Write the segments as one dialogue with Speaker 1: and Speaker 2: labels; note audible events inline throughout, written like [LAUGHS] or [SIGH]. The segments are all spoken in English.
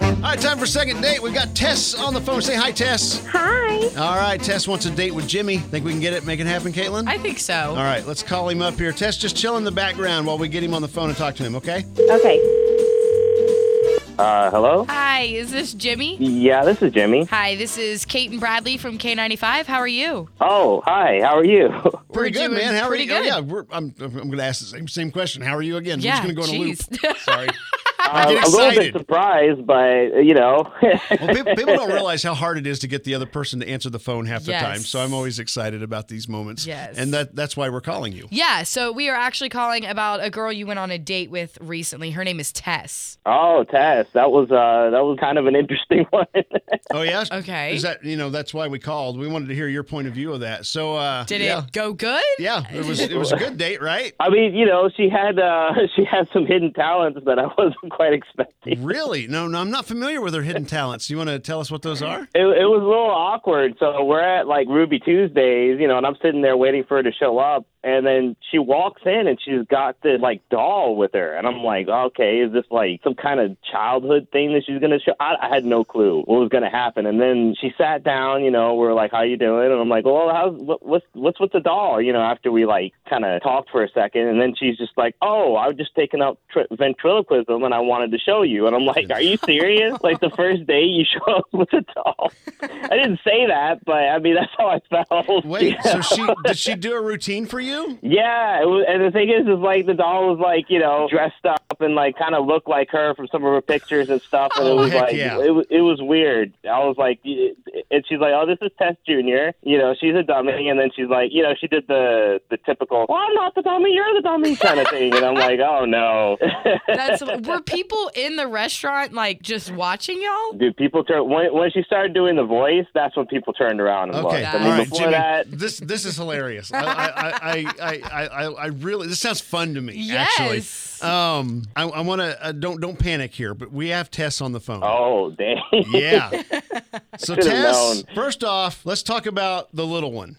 Speaker 1: All right, time for second date. We've got Tess on the phone. Say hi, Tess.
Speaker 2: Hi.
Speaker 1: All right, Tess wants a date with Jimmy. Think we can get it, make it happen, Caitlin?
Speaker 3: I think so.
Speaker 1: All right, let's call him up here. Tess, just chill in the background while we get him on the phone and talk to him, okay?
Speaker 2: Okay.
Speaker 4: Uh, hello?
Speaker 3: Hi, is this Jimmy?
Speaker 4: Yeah, this is Jimmy.
Speaker 3: Hi, this is Kate and Bradley from K95. How are you?
Speaker 4: Oh, hi. How are you? [LAUGHS]
Speaker 1: Pretty
Speaker 3: We're
Speaker 1: good,
Speaker 3: doing
Speaker 1: man. How are
Speaker 3: pretty
Speaker 1: you? Oh,
Speaker 3: good.
Speaker 1: yeah, we're, I'm, I'm going to ask the same, same question. How are you again?
Speaker 3: yeah,
Speaker 1: I'm just going to go in a loop.
Speaker 3: jeez. [LAUGHS]
Speaker 1: Sorry.
Speaker 4: I'm
Speaker 1: get
Speaker 4: Um, a little
Speaker 1: excited.
Speaker 4: bit surprised, but, uh, you know. [LAUGHS]
Speaker 1: Well, people, people don't realize how hard it is to get the other person to answer the phone half the
Speaker 3: Yes.
Speaker 1: time. So I'm always excited about these moments.
Speaker 3: Yes.
Speaker 1: And that, that's why we're calling you.
Speaker 3: yeah, so we are actually calling about a girl you went on a date with recently. Her name is Tess.
Speaker 4: oh, Tess, that was uh, that was kind of an interesting [LAUGHS] one.
Speaker 1: Oh, yeah?
Speaker 3: [LAUGHS] Okay.
Speaker 1: Is that, you know, that's why we called. We wanted to hear your point of view of that. So, uh,
Speaker 3: Did
Speaker 1: yeah.
Speaker 3: it go good?
Speaker 1: Yeah, it was it was a good date, right?
Speaker 4: I mean, you know, she had uh, [LAUGHS] she had some hidden talents that I wasn't quite expecting.
Speaker 1: Really? No, no, I'm not familiar with her hidden talents. You want to tell us what those are?
Speaker 4: It, it was a little awkward. So we're at like Ruby Tuesdays, you know, and I'm sitting there waiting for her to show up, and then she walks in and she's got the like doll with her, and I'm like, okay, is this like some kind of childhood thing that she's gonna show? I, I had no clue what was gonna happen, and then she sat down, you know, we're like, how you doing? And I'm like, well, how's what, what's what's with the doll? You know, after we like kind of talked for a second, and then she's just like, oh, I've just taken up tri- ventriloquism, and I wanted to show you, and I'm like, are you serious? like the first day you show up with a doll. I didn't say that, but I mean that's how I felt.
Speaker 1: Wait,
Speaker 4: [LAUGHS]
Speaker 1: so
Speaker 4: Yeah.
Speaker 1: she did she do a routine for you?
Speaker 4: Yeah, it was, and the thing is, is like the doll was like you know dressed up and like kind of looked like her from some of her pictures and stuff, and
Speaker 1: Oh,
Speaker 4: it was
Speaker 1: heck
Speaker 4: like
Speaker 1: yeah.
Speaker 4: it was it was weird. I was like, y- and she's like, oh, this is Tess Junior. You know, she's a dummy, and then she's like, you know, she did the the typical, well, I'm not the dummy, you're the dummy kind of thing, and I'm like, oh no, [LAUGHS]
Speaker 3: That's were people in the restaurant like just watching y'all?
Speaker 4: dude. People turn when when she started doing the voice, that's when people turned around and
Speaker 1: Okay,
Speaker 4: looked.
Speaker 1: all
Speaker 4: I mean,
Speaker 1: right,
Speaker 4: before
Speaker 1: Jimmy.
Speaker 4: that,
Speaker 1: This this is hilarious. I I, I, I, I, I I really this sounds fun to me.
Speaker 3: Yes.
Speaker 1: Actually, um, I, I want to uh, don't don't panic here, but we have Tess on the phone.
Speaker 4: oh [LAUGHS] dang.
Speaker 1: Yeah. So
Speaker 4: Should've
Speaker 1: Tess,
Speaker 4: known.
Speaker 1: first off, let's talk about the little one.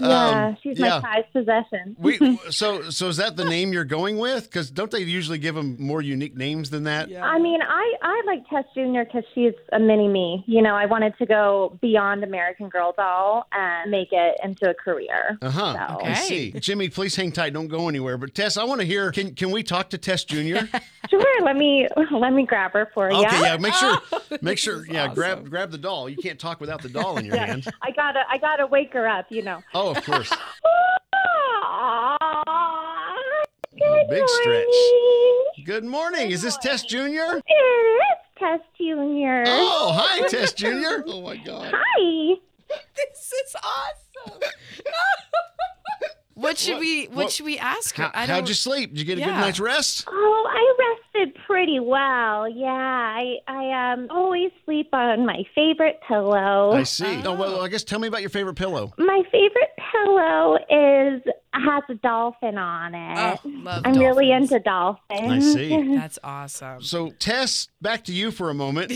Speaker 2: Yeah,
Speaker 1: Um,
Speaker 2: she's
Speaker 1: yeah.
Speaker 2: my prized possession.
Speaker 4: [LAUGHS]
Speaker 1: We so so is that the name you're going with? Because don't they usually give them more unique names than that?
Speaker 2: I mean, I, I like Tess Jr. because she's a mini me. You know, I wanted to go beyond American Girl doll and make it into a career.
Speaker 1: Uh huh.
Speaker 2: So-
Speaker 1: I see. Jimmy, please hang tight. Don't go anywhere. But Tess, I want to hear. Can can we talk to Tess Junior?
Speaker 2: [LAUGHS]
Speaker 3: [LAUGHS]
Speaker 2: Sure, let me [LAUGHS] let me grab her for you.
Speaker 1: Okay. Yeah. Make sure.
Speaker 3: [LAUGHS]
Speaker 1: Make sure.
Speaker 3: is
Speaker 1: Yeah. Grab
Speaker 3: awesome.
Speaker 1: grab the doll. You can't talk without the doll in your hand.
Speaker 2: I gotta I gotta wake her up. You know.
Speaker 1: Oh, of course.
Speaker 2: Good
Speaker 1: Big stretch.
Speaker 2: morning.
Speaker 1: Good morning. Is this Tess Junior?
Speaker 2: It's Tess Jr.
Speaker 1: Oh, hi, Tess
Speaker 3: [LAUGHS]
Speaker 1: Junior. Oh my God.
Speaker 2: Hi.
Speaker 3: This is awesome. what should
Speaker 1: What-
Speaker 3: we what,
Speaker 1: what-
Speaker 3: should we ask her?
Speaker 1: How, how'd you sleep? Did you get a good
Speaker 3: Yeah.
Speaker 1: night's rest?
Speaker 2: Oh, I rested pretty well. Yeah, I I um always sleep on my favorite pillow.
Speaker 1: I see. Oh. well, I guess tell me about your favorite pillow.
Speaker 2: My favorite pillow is has a dolphin on
Speaker 3: Oh,
Speaker 2: it.
Speaker 3: love
Speaker 2: I'm really
Speaker 3: dolphins.
Speaker 2: into dolphins.
Speaker 1: I
Speaker 2: [LAUGHS]
Speaker 1: see.
Speaker 3: That's awesome.
Speaker 1: So, Tess, back to you for a
Speaker 3: [LAUGHS]
Speaker 1: moment.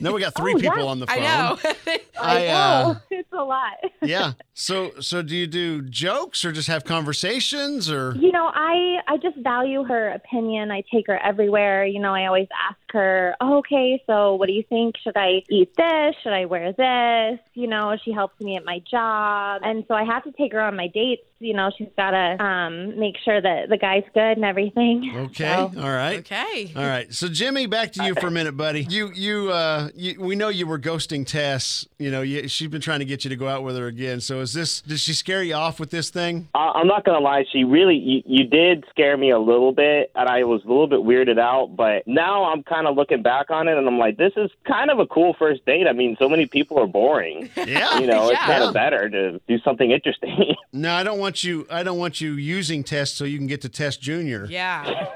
Speaker 1: Now we got three people
Speaker 2: yeah.
Speaker 1: on the phone.
Speaker 3: I know.
Speaker 1: I, uh,
Speaker 2: Oh, [LAUGHS] it's a lot.
Speaker 1: yeah. So so do you do jokes or just have conversations or
Speaker 2: You know, I I just value her opinion. I take her everywhere. You know, I always ask her, oh, "Okay, so what do you think? Should I eat this? Should I wear this?" You know, she helps me at my job, and so I have to take her on my dates. You know, she's got to um, make sure that the guy's good and everything.
Speaker 1: Okay.
Speaker 2: So-
Speaker 1: All right.
Speaker 3: [LAUGHS] okay.
Speaker 1: All right. So Jimmy, back to you for a minute, buddy. You you uh you, we know you were ghosting Tess. You know, you, she's been trying to get you to go out with her again. So is this did she scare you off with this thing?
Speaker 4: I- I'm not gonna lie, she really you, you did scare me a little bit, and I was a little bit weirded out. But now I'm kind of looking back on it, and I'm like, this is kind of a cool first date. I mean, so many people are boring.
Speaker 1: Yeah.
Speaker 4: You know, it's
Speaker 3: [LAUGHS] Yeah.
Speaker 4: kind of better to do something interesting. [LAUGHS]
Speaker 1: No, I don't want you I don't want you using Tess so you can get to Tess Junior.
Speaker 3: Yeah.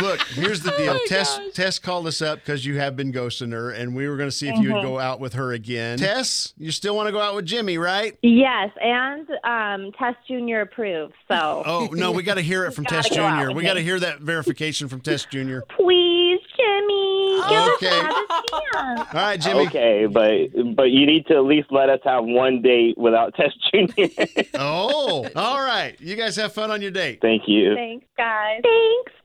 Speaker 1: Look, here's
Speaker 3: [LAUGHS]
Speaker 1: the deal.
Speaker 3: Oh my
Speaker 1: Tess
Speaker 3: gosh.
Speaker 1: Tess called us up because you have been ghosting her and we were gonna see if you
Speaker 3: Uh-huh.
Speaker 1: would go out with her again. Tess, you still want to go out with Jimmy, right?
Speaker 2: Yes, and um, Tess Jr. approves. So
Speaker 1: Oh no, we got to hear it from
Speaker 2: [LAUGHS] Gotta
Speaker 1: Tess
Speaker 2: go out
Speaker 1: Junior.
Speaker 2: with
Speaker 1: We
Speaker 2: him.
Speaker 1: got to hear that verification from Tess Junior.
Speaker 2: please, Jimmy, give
Speaker 1: Okay.
Speaker 2: us another
Speaker 1: [LAUGHS]
Speaker 2: chance.
Speaker 1: All right, Jimmy.
Speaker 4: okay, but but you need to at least let us have one date without [LAUGHS] Tess Junior.
Speaker 1: Oh, all right. You guys have fun on your date.
Speaker 4: Thank you.
Speaker 2: Thanks, guys. Thanks.